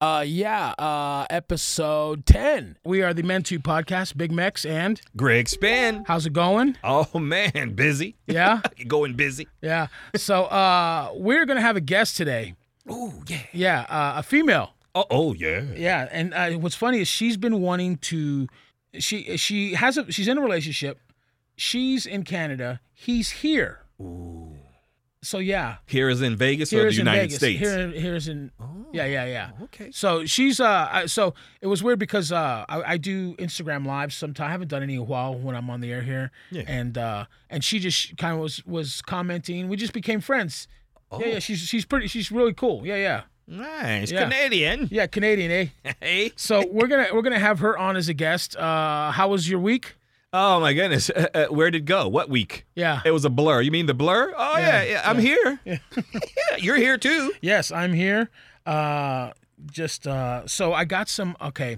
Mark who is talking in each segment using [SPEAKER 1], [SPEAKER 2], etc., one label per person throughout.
[SPEAKER 1] Uh, yeah, uh, episode 10.
[SPEAKER 2] We are the Men Two Podcast, Big Mex, and
[SPEAKER 3] Greg Span.
[SPEAKER 2] how's it going?
[SPEAKER 3] Oh man, busy.
[SPEAKER 2] Yeah,
[SPEAKER 3] Going busy.
[SPEAKER 2] yeah. So uh, we're gonna have a guest today.
[SPEAKER 3] Oh yeah.
[SPEAKER 2] Yeah, uh, a female.
[SPEAKER 3] Oh, oh yeah.
[SPEAKER 2] Yeah, and uh, what's funny is she's been wanting to. She she has a she's in a relationship. She's in Canada. He's here. Ooh. So yeah,
[SPEAKER 3] Here is in Vegas or
[SPEAKER 2] here
[SPEAKER 3] the
[SPEAKER 2] is in
[SPEAKER 3] United
[SPEAKER 2] Vegas.
[SPEAKER 3] States. Oh,
[SPEAKER 2] Here here's in. yeah, yeah, yeah.
[SPEAKER 3] okay.
[SPEAKER 2] So she's uh, I- so it was weird because uh, I, I do Instagram lives sometimes. I haven't done any in a while when I'm on the air here.
[SPEAKER 3] Yeah.
[SPEAKER 2] And uh, and she just kind of was was commenting. We just became friends. Yeah, yeah. She's she's pretty. She's really cool. Yeah, yeah,
[SPEAKER 3] Nice.
[SPEAKER 2] Yeah.
[SPEAKER 3] Canadian.
[SPEAKER 2] yeah. Canadian, eh?
[SPEAKER 3] Hey.
[SPEAKER 2] So we're gonna we're gonna have her on as a guest. Uh, how was your week?
[SPEAKER 3] Oh my goodness. Uh, uh, where did it go? What week?
[SPEAKER 2] Yeah.
[SPEAKER 3] It was a blur. You mean the blur? Oh
[SPEAKER 2] Yeah,
[SPEAKER 3] yeah. yeah, I'm here. Yeah. You're here too.
[SPEAKER 2] Yes, I'm here. Uh, just uh, so I got some. Okay,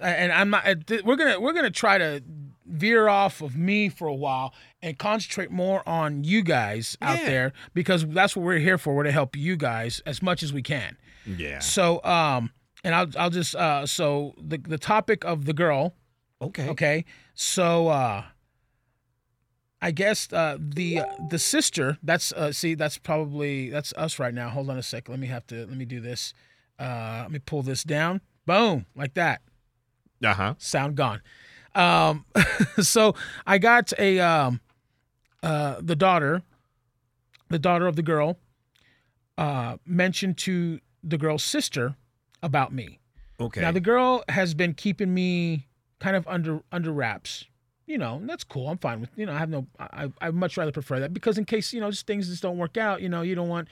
[SPEAKER 2] and I'm not. uh, th- We're gonna we're gonna try to veer off of me for a while and concentrate more on you guys out
[SPEAKER 3] Yeah.
[SPEAKER 2] there because that's what we're here for. We're to help you guys as much as we can.
[SPEAKER 3] Yeah.
[SPEAKER 2] So um, and I'll I'll just uh, so the the topic of the girl.
[SPEAKER 3] Okay.
[SPEAKER 2] Okay. So uh I guess uh the the sister, that's uh see that's probably that's us right now. Hold on a sec. Let me have to let me do this. Uh let me pull this down. Boom, like that.
[SPEAKER 3] Uh huh.
[SPEAKER 2] Sound gone. Um so I got a um uh the daughter the daughter of the girl uh mentioned to the girl's sister about me.
[SPEAKER 3] Okay.
[SPEAKER 2] Now the girl has been keeping me kind of under under wraps. You know, and that's cool. I'm fine with you know. I have no. I I I'd much rather prefer that because in case you know just things just don't work out. You know, you don't want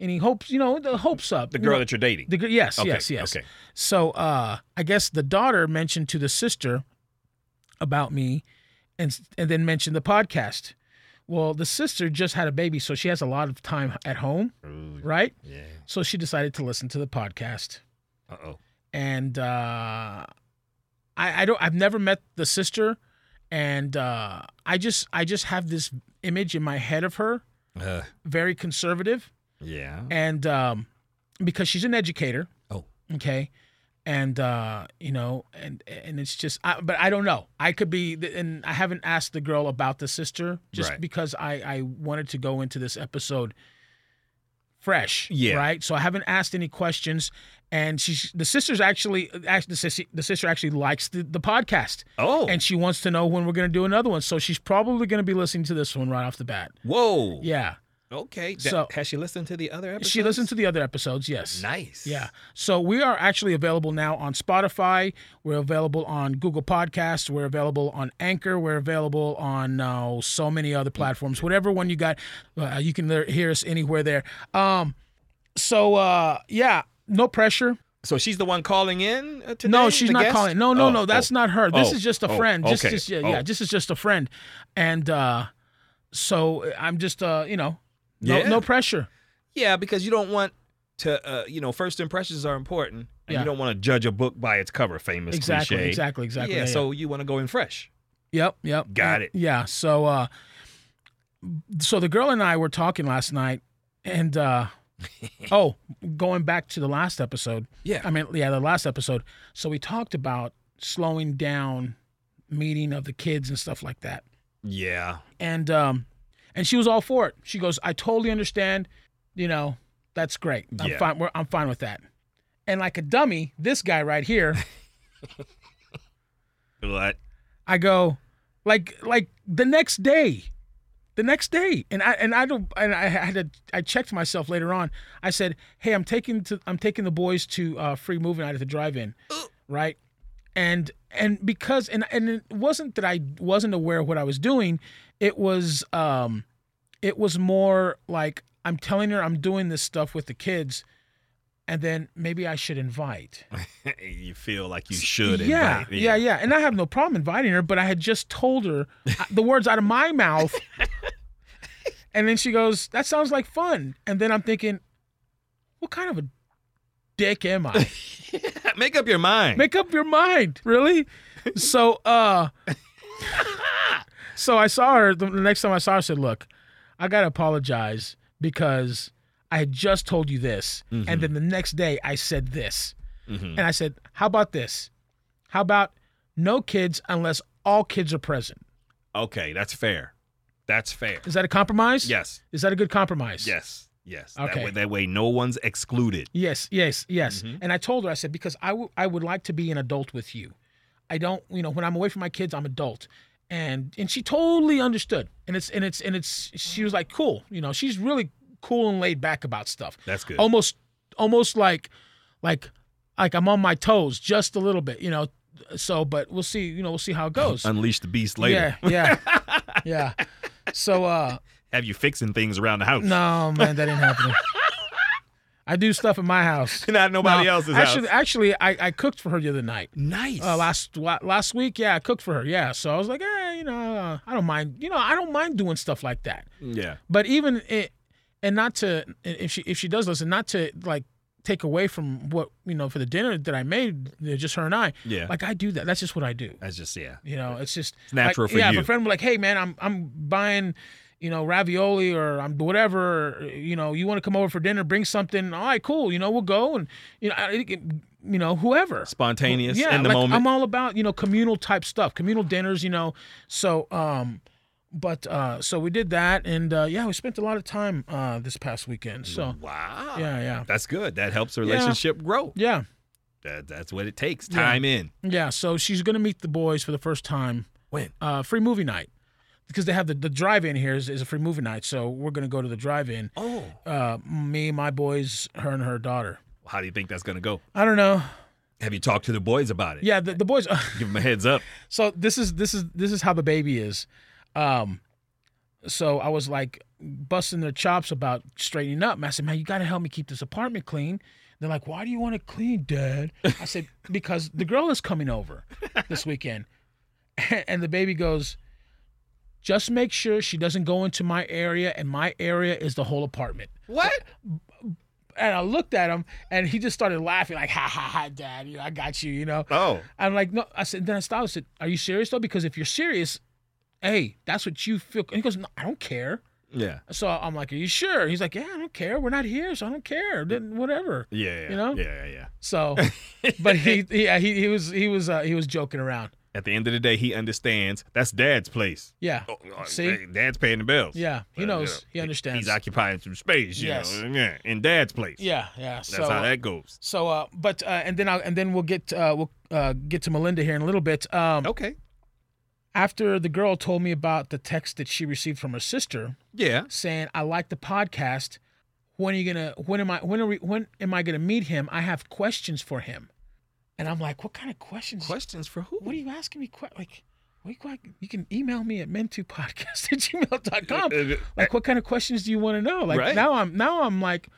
[SPEAKER 2] any hopes. You know, the hopes up.
[SPEAKER 3] The
[SPEAKER 2] you
[SPEAKER 3] girl
[SPEAKER 2] know.
[SPEAKER 3] that you're dating.
[SPEAKER 2] The gr- yes,
[SPEAKER 3] okay.
[SPEAKER 2] yes, yes.
[SPEAKER 3] Okay.
[SPEAKER 2] So uh, I guess the daughter mentioned to the sister about me, and and then mentioned the podcast. Well, the sister just had a baby, so she has a lot of time at home, right?
[SPEAKER 3] Yeah.
[SPEAKER 2] So she decided to listen to the podcast
[SPEAKER 3] Uh oh.
[SPEAKER 2] and uh, I, I don't I've never met the sister, and uh, I just I just have this image in my head of her,
[SPEAKER 3] Uh,
[SPEAKER 2] very conservative,
[SPEAKER 3] yeah.
[SPEAKER 2] and um, because she's an educator.
[SPEAKER 3] Oh.
[SPEAKER 2] Okay. And uh, you know, and and it's just, I, but I don't know. I could be, and I haven't asked the girl about the sister just
[SPEAKER 3] Right.
[SPEAKER 2] because I I wanted to go into this episode fresh.
[SPEAKER 3] Yeah.
[SPEAKER 2] Right. So I haven't asked any questions, and she's the sister's actually actually the sister, the sister actually likes the, the podcast,
[SPEAKER 3] Oh.
[SPEAKER 2] and she wants to know when we're gonna do another one. So she's probably gonna be listening to this one right off the bat.
[SPEAKER 3] Whoa.
[SPEAKER 2] Yeah.
[SPEAKER 3] Okay. That-
[SPEAKER 2] So-
[SPEAKER 3] has she listened to the other episodes?
[SPEAKER 2] She listened to the other episodes. Yes.
[SPEAKER 3] Nice.
[SPEAKER 2] Yeah. So we are actually available now on Spotify. We're available on Google Podcasts. We're available on Anchor. We're available on uh, so many other platforms. Whatever one you got, uh, you can le- hear us anywhere there. Um, so uh, yeah, no pressure.
[SPEAKER 3] So she's the one calling in uh, today.
[SPEAKER 2] No, she's
[SPEAKER 3] the
[SPEAKER 2] not
[SPEAKER 3] guest?
[SPEAKER 2] calling. No, no,
[SPEAKER 3] Oh,
[SPEAKER 2] no. That's
[SPEAKER 3] oh.
[SPEAKER 2] not her. This
[SPEAKER 3] Oh,
[SPEAKER 2] is just a
[SPEAKER 3] oh,
[SPEAKER 2] friend. Just,
[SPEAKER 3] okay.
[SPEAKER 2] just yeah,
[SPEAKER 3] Oh.
[SPEAKER 2] yeah. This is just a friend, and uh, so I'm just uh, you know, no,
[SPEAKER 3] Yeah.
[SPEAKER 2] no pressure.
[SPEAKER 3] Yeah, because you don't want to. Uh, you know, first impressions are important, and
[SPEAKER 2] Yeah.
[SPEAKER 3] you don't want to judge a book by its cover. Famous
[SPEAKER 2] Exactly,
[SPEAKER 3] cliche.
[SPEAKER 2] exactly, exactly.
[SPEAKER 3] Yeah, So you want to go in fresh.
[SPEAKER 2] Yep, yep.
[SPEAKER 3] Got
[SPEAKER 2] Uh,
[SPEAKER 3] it.
[SPEAKER 2] Yeah. So uh so the girl and I were talking last night and uh oh, going back to the last episode.
[SPEAKER 3] Yeah.
[SPEAKER 2] I mean, yeah, the last episode. So we talked about slowing down meeting of the kids and stuff like that.
[SPEAKER 3] Yeah.
[SPEAKER 2] And um and she was all for it. She goes, "I totally understand. You know, that's great. I'm
[SPEAKER 3] Yeah.
[SPEAKER 2] fine we're, I'm fine with that." And like a dummy, this guy right here
[SPEAKER 3] What?
[SPEAKER 2] I go, like like the next day, the next day, and I and I don't and I had to I checked myself later on. I said, hey, I'm taking to I'm taking the boys to uh, free movie night at the drive-in, right? And and because and and it wasn't that I wasn't aware of what I was doing, it was um, it was more like I'm telling her I'm doing this stuff with the kids, and then maybe I should invite.
[SPEAKER 3] you feel like you should.
[SPEAKER 2] Yeah,
[SPEAKER 3] invite-
[SPEAKER 2] yeah, yeah. And I have no problem inviting her, but I had just told her uh, the words out of my mouth. and then she goes, That sounds like fun. And then I'm thinking, What kind of a dick am I?
[SPEAKER 3] Make up your mind.
[SPEAKER 2] Make up your mind, really? So, uh, so I saw her the next time I saw her, I said, Look, I got to apologize because I had just told you this,
[SPEAKER 3] Mm-hmm.
[SPEAKER 2] and then the next day I said this, and I said, how about this? How about no kids unless all kids are present?
[SPEAKER 3] Okay, that's fair. That's fair.
[SPEAKER 2] Is that a compromise?
[SPEAKER 3] Yes.
[SPEAKER 2] Is that a good compromise?
[SPEAKER 3] Yes. Yes. That
[SPEAKER 2] Okay.
[SPEAKER 3] way, that way no one's excluded.
[SPEAKER 2] Yes, yes, yes.
[SPEAKER 3] Mm-hmm.
[SPEAKER 2] And I told her, I said, because I, w- I would like to be an adult with you. I don't, you know, when I'm away from my kids, I'm adult. And and she totally understood. And it's and it's and it's she was like, cool. You know, she's really cool and laid back about stuff.
[SPEAKER 3] That's good.
[SPEAKER 2] Almost almost like like like I'm on my toes just a little bit, you know. So but we'll see, you know, we'll see how it goes.
[SPEAKER 3] Unleash the beast later.
[SPEAKER 2] Yeah, yeah. yeah. So uh
[SPEAKER 3] Have you fixing things around the house?
[SPEAKER 2] no, man, that ain't happening. I do stuff in my house.
[SPEAKER 3] Not at nobody
[SPEAKER 2] No,
[SPEAKER 3] else's
[SPEAKER 2] actually,
[SPEAKER 3] house.
[SPEAKER 2] Actually, I, I cooked for her the other night.
[SPEAKER 3] Nice.
[SPEAKER 2] Uh, last wa- last week, yeah, I cooked for her. Yeah, so I was like, eh, you know, uh, I don't mind. You know, I don't mind doing stuff like that.
[SPEAKER 3] yeah.
[SPEAKER 2] But even it, and not to if she if she does listen, not to like take away from what you know for the dinner that I made, you know, just her and I.
[SPEAKER 3] Yeah.
[SPEAKER 2] Like I do that. That's just what I do.
[SPEAKER 3] That's just yeah.
[SPEAKER 2] You know, it's just
[SPEAKER 3] It's natural
[SPEAKER 2] like,
[SPEAKER 3] for
[SPEAKER 2] yeah,
[SPEAKER 3] you.
[SPEAKER 2] if a friend were like, "Hey, man, I'm I'm buying, you know, ravioli or I'm whatever. or, You know, you want to come over for dinner? Bring something. All right, cool. You know, we'll go and you know, I, you know, whoever.
[SPEAKER 3] Spontaneous
[SPEAKER 2] yeah,
[SPEAKER 3] in the
[SPEAKER 2] like,
[SPEAKER 3] moment.
[SPEAKER 2] I'm all about you know communal type stuff, communal dinners. You know, so um, but uh, so we did that, and uh, yeah, we spent a lot of time uh this past weekend. So
[SPEAKER 3] wow.
[SPEAKER 2] yeah, yeah,
[SPEAKER 3] That's good. That helps the relationship grow.
[SPEAKER 2] yeah,
[SPEAKER 3] That, that's what it takes.
[SPEAKER 2] Yeah.
[SPEAKER 3] Time in.
[SPEAKER 2] yeah. So she's gonna meet the boys for the first time.
[SPEAKER 3] When?
[SPEAKER 2] uh, free movie night because they have the, the drive-in here is, is a free movie night so we're going to go to the drive-in
[SPEAKER 3] Oh.
[SPEAKER 2] uh, me my boys her and her daughter
[SPEAKER 3] How do you think that's gonna go?
[SPEAKER 2] i don't know
[SPEAKER 3] Have you talked to the boys about it?
[SPEAKER 2] yeah the, the boys
[SPEAKER 3] Give them a heads up.
[SPEAKER 2] so this is this is this is how the baby is um so i was like busting their chops about straightening up and i said man you got to help me keep this apartment clean they're like why do you want it clean dad i said because the girl is coming over this weekend and the baby goes just make sure she doesn't go into my area and my area is the whole apartment
[SPEAKER 3] What?
[SPEAKER 2] and i looked at him and he just started laughing like ha ha ha dad you know, i got you you know
[SPEAKER 3] Oh.
[SPEAKER 2] I'm like, no. I said, then I stopped. I said, are you serious though? Because if you're serious, hey, that's what you feel. And he goes, no, I don't care.
[SPEAKER 3] Yeah.
[SPEAKER 2] So I'm like, are you sure? He's like, yeah, I don't care. We're not here, so I don't care. Then whatever.
[SPEAKER 3] Yeah. yeah,
[SPEAKER 2] You know?
[SPEAKER 3] Yeah. Yeah. yeah.
[SPEAKER 2] So, but he, yeah, he, he was, he was, uh, he was joking around.
[SPEAKER 3] At the end of the day, he understands that's dad's place.
[SPEAKER 2] Yeah.
[SPEAKER 3] Oh, oh,
[SPEAKER 2] See?
[SPEAKER 3] hey, dad's paying the bills.
[SPEAKER 2] Yeah. He
[SPEAKER 3] Uh,
[SPEAKER 2] knows.
[SPEAKER 3] yeah.
[SPEAKER 2] He understands.
[SPEAKER 3] He's occupying some space. You
[SPEAKER 2] Yes.
[SPEAKER 3] Know? Yeah. In dad's place.
[SPEAKER 2] yeah. Yeah.
[SPEAKER 3] That's
[SPEAKER 2] so,
[SPEAKER 3] how that goes.
[SPEAKER 2] so, uh, but, uh, and then I'll, and then we'll get, uh, we'll, uh, get to Melinda here in a little bit. Um,
[SPEAKER 3] Okay.
[SPEAKER 2] after the girl told me about the text that she received from her sister,
[SPEAKER 3] Yeah.
[SPEAKER 2] saying, "I like the podcast. When are you gonna? When am I? When are we? When am I gonna meet him? I have questions for him." And I'm like, "What kind of questions?
[SPEAKER 3] Questions for who?
[SPEAKER 2] What are you asking me? Que- like, what are you, you can email me at men2podcast at gmail.com.
[SPEAKER 3] Uh, uh,
[SPEAKER 2] Like, what kind of questions do you want to know? Like
[SPEAKER 3] Right.
[SPEAKER 2] now I'm now I'm like,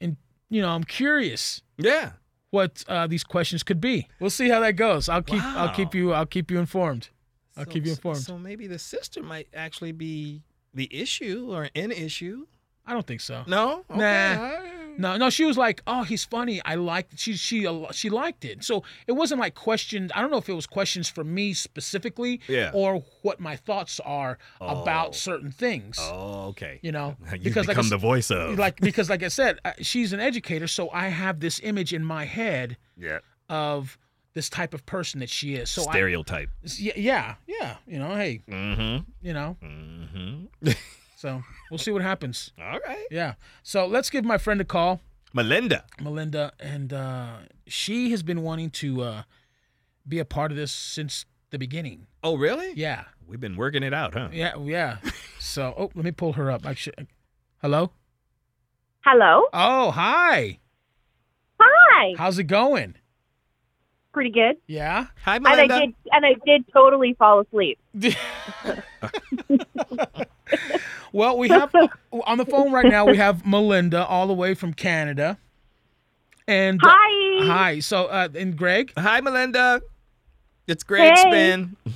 [SPEAKER 2] and you know I'm curious."
[SPEAKER 3] Yeah.
[SPEAKER 2] What uh, these questions could be. We'll see how that goes. I'll keep. I'll keep
[SPEAKER 3] Wow.
[SPEAKER 2] you. I'll keep you informed. I'll keep you informed.
[SPEAKER 3] So maybe the sister might actually be the issue or an issue.
[SPEAKER 2] I don't think so.
[SPEAKER 3] No. Okay.
[SPEAKER 2] Nah.
[SPEAKER 3] I-
[SPEAKER 2] No, no, she was like, "Oh, he's funny. I liked she she she liked it." So it wasn't like questions. I don't know if it was questions for me specifically,
[SPEAKER 3] Yeah.
[SPEAKER 2] or what my thoughts are
[SPEAKER 3] Oh.
[SPEAKER 2] about certain things.
[SPEAKER 3] Oh, okay.
[SPEAKER 2] You know,
[SPEAKER 3] You
[SPEAKER 2] because like I
[SPEAKER 3] become
[SPEAKER 2] s-
[SPEAKER 3] the voice of.
[SPEAKER 2] like because like I said, I- she's an educator, so I have this image in my head
[SPEAKER 3] yeah.
[SPEAKER 2] of this type of person that she is. So
[SPEAKER 3] Stereotype.
[SPEAKER 2] I yeah, yeah, yeah, you know, hey,
[SPEAKER 3] Mm-hmm.
[SPEAKER 2] you know,
[SPEAKER 3] Mm-hmm.
[SPEAKER 2] so we'll see what happens.
[SPEAKER 3] All right.
[SPEAKER 2] Yeah. So let's give my friend a call.
[SPEAKER 3] Melinda.
[SPEAKER 2] Melinda, and uh, she has been wanting to uh, be a part of this since the beginning.
[SPEAKER 3] Oh, really?
[SPEAKER 2] Yeah,
[SPEAKER 3] We've been working it out, huh?
[SPEAKER 2] yeah, yeah. So, oh, let me pull her up. I should. Hello.
[SPEAKER 4] Hello.
[SPEAKER 2] Oh, hi.
[SPEAKER 4] Hi.
[SPEAKER 2] How's it going?
[SPEAKER 4] Pretty good.
[SPEAKER 2] Yeah.
[SPEAKER 3] Hi,
[SPEAKER 4] And I
[SPEAKER 3] Melinda.
[SPEAKER 4] did and I did totally fall asleep.
[SPEAKER 2] well, we have on the phone right now. We have Melinda, all the way from Canada, and uh,
[SPEAKER 4] Hi.
[SPEAKER 2] hi. So, uh, and Greg.
[SPEAKER 3] Hi, Melinda. It's Greg
[SPEAKER 4] Hey.
[SPEAKER 3] Spin.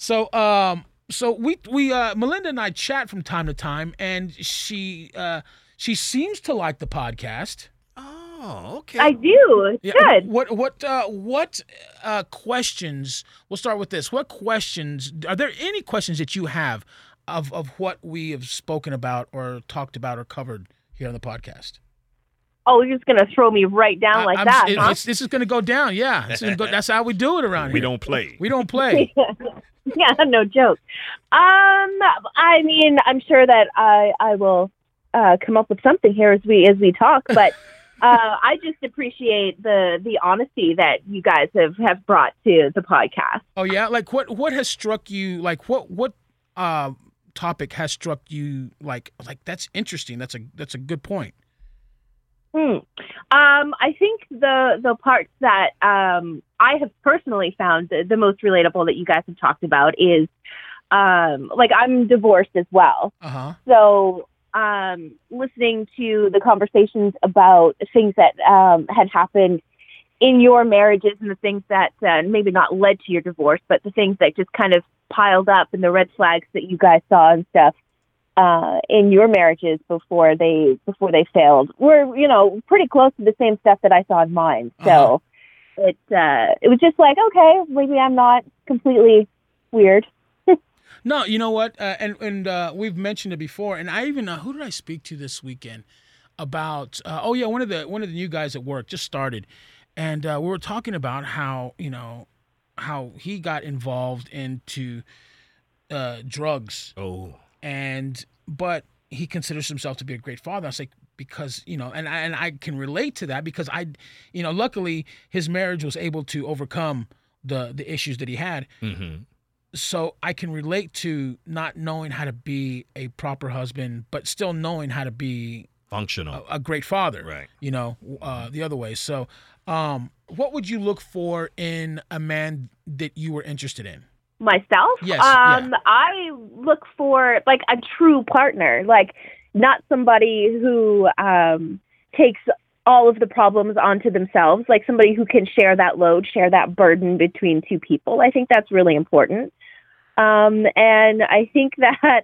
[SPEAKER 2] So um so we we uh Melinda and I chat from time to time and she uh she seems to like the podcast.
[SPEAKER 3] Oh, okay.
[SPEAKER 4] I do. Good.
[SPEAKER 2] What what uh what uh questions we'll start with this. What questions are there any questions that you have of of what we have spoken about or talked about or covered here on the podcast.
[SPEAKER 4] Oh, you're just gonna throw me right down
[SPEAKER 2] I-
[SPEAKER 4] like
[SPEAKER 2] I'm-
[SPEAKER 4] that,
[SPEAKER 2] it-
[SPEAKER 4] huh?
[SPEAKER 2] it's- this is going to go down. Yeah, This is gonna go- that's how we do it around
[SPEAKER 5] We
[SPEAKER 2] here.
[SPEAKER 5] don't play.
[SPEAKER 2] We don't play.
[SPEAKER 4] yeah, no joke. Um, I mean, I'm sure that I I will uh, come up with something here as we as we talk, but uh, I just appreciate the the honesty that you guys have have brought to the podcast.
[SPEAKER 2] oh yeah, like what what has struck you? Like what what uh, topic has struck you? Like like that's interesting. That's a that's a good point.
[SPEAKER 4] Hmm. Um, I think the the parts that um, I have personally found the, the most relatable that you guys have talked about is um, like I'm divorced as well,
[SPEAKER 2] Uh huh.
[SPEAKER 4] so um, listening to the conversations about things that um, had happened in your marriages and the things that uh, maybe not led to your divorce, but the things that just kind of piled up and the red flags that you guys saw and stuff uh, in your marriages before they before they failed were you know pretty close to the same stuff that I saw in mine. So it uh, it was just like okay, maybe I'm not completely weird.
[SPEAKER 2] No, you know what? Uh, and and uh, we've mentioned it before. And I even uh, who did I speak to this weekend about? Uh, oh yeah, one of the one of the new guys at work just started, and uh, we were talking about how you know how he got involved into uh, drugs
[SPEAKER 3] Oh.
[SPEAKER 2] and but he considers himself to be a great father. I was like, because you know, and I, and I can relate to that because I, you know, luckily his marriage was able to overcome the the issues that he had.
[SPEAKER 3] Mm-hmm.
[SPEAKER 2] So I can relate to not knowing how to be a proper husband, but still knowing how to be a,
[SPEAKER 3] Functional.
[SPEAKER 2] a great father.
[SPEAKER 3] Oh, Right.
[SPEAKER 2] You know, uh, the other way. So, um, what would you look for in a man that you were interested in?
[SPEAKER 4] myself.
[SPEAKER 2] Yes,
[SPEAKER 4] um, I look for like a true partner, like not somebody who um, takes all of the problems onto themselves, like somebody who can share that load, share that burden between two people. I think that's really important. Um, and I think that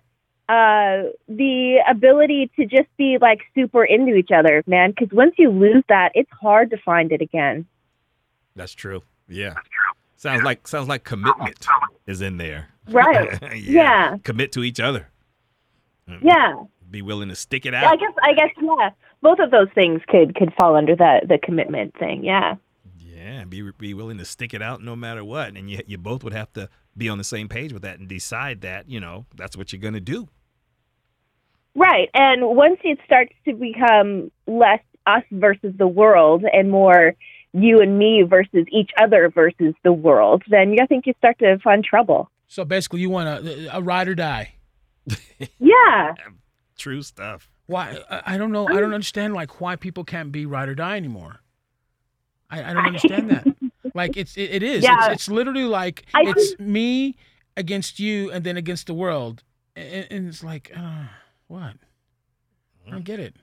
[SPEAKER 4] uh, the ability to just be like super into each other, man, because once you lose that, it's hard to find it again.
[SPEAKER 3] That's true. Yeah. Sounds like sounds like commitment is in there.
[SPEAKER 4] Right.
[SPEAKER 3] yeah.
[SPEAKER 4] Yeah.
[SPEAKER 3] Commit to each other.
[SPEAKER 4] Yeah.
[SPEAKER 3] Be willing to stick it
[SPEAKER 4] Yeah, I
[SPEAKER 3] out.
[SPEAKER 4] guess I guess yeah. Both of those things could could fall under the the commitment thing. Yeah.
[SPEAKER 3] Yeah. Be be willing to stick it out no matter what, and you you both would have to be on the same page with that and decide that you know that's what you're gonna do.
[SPEAKER 4] Right. And once it starts to become less us versus the world and more you and me versus each other versus the world, then I think you start to find trouble.
[SPEAKER 2] So basically, you want a, a ride or die.
[SPEAKER 4] Yeah.
[SPEAKER 3] True stuff.
[SPEAKER 2] Why I, I don't know. I don't understand like why people can't be ride or die anymore. I, I don't understand that. Like it's it, it is.
[SPEAKER 4] Yeah.
[SPEAKER 2] It's, it's literally like
[SPEAKER 4] I
[SPEAKER 2] it's me against you and then against the world, and, and it's like uh, what? I don't get it.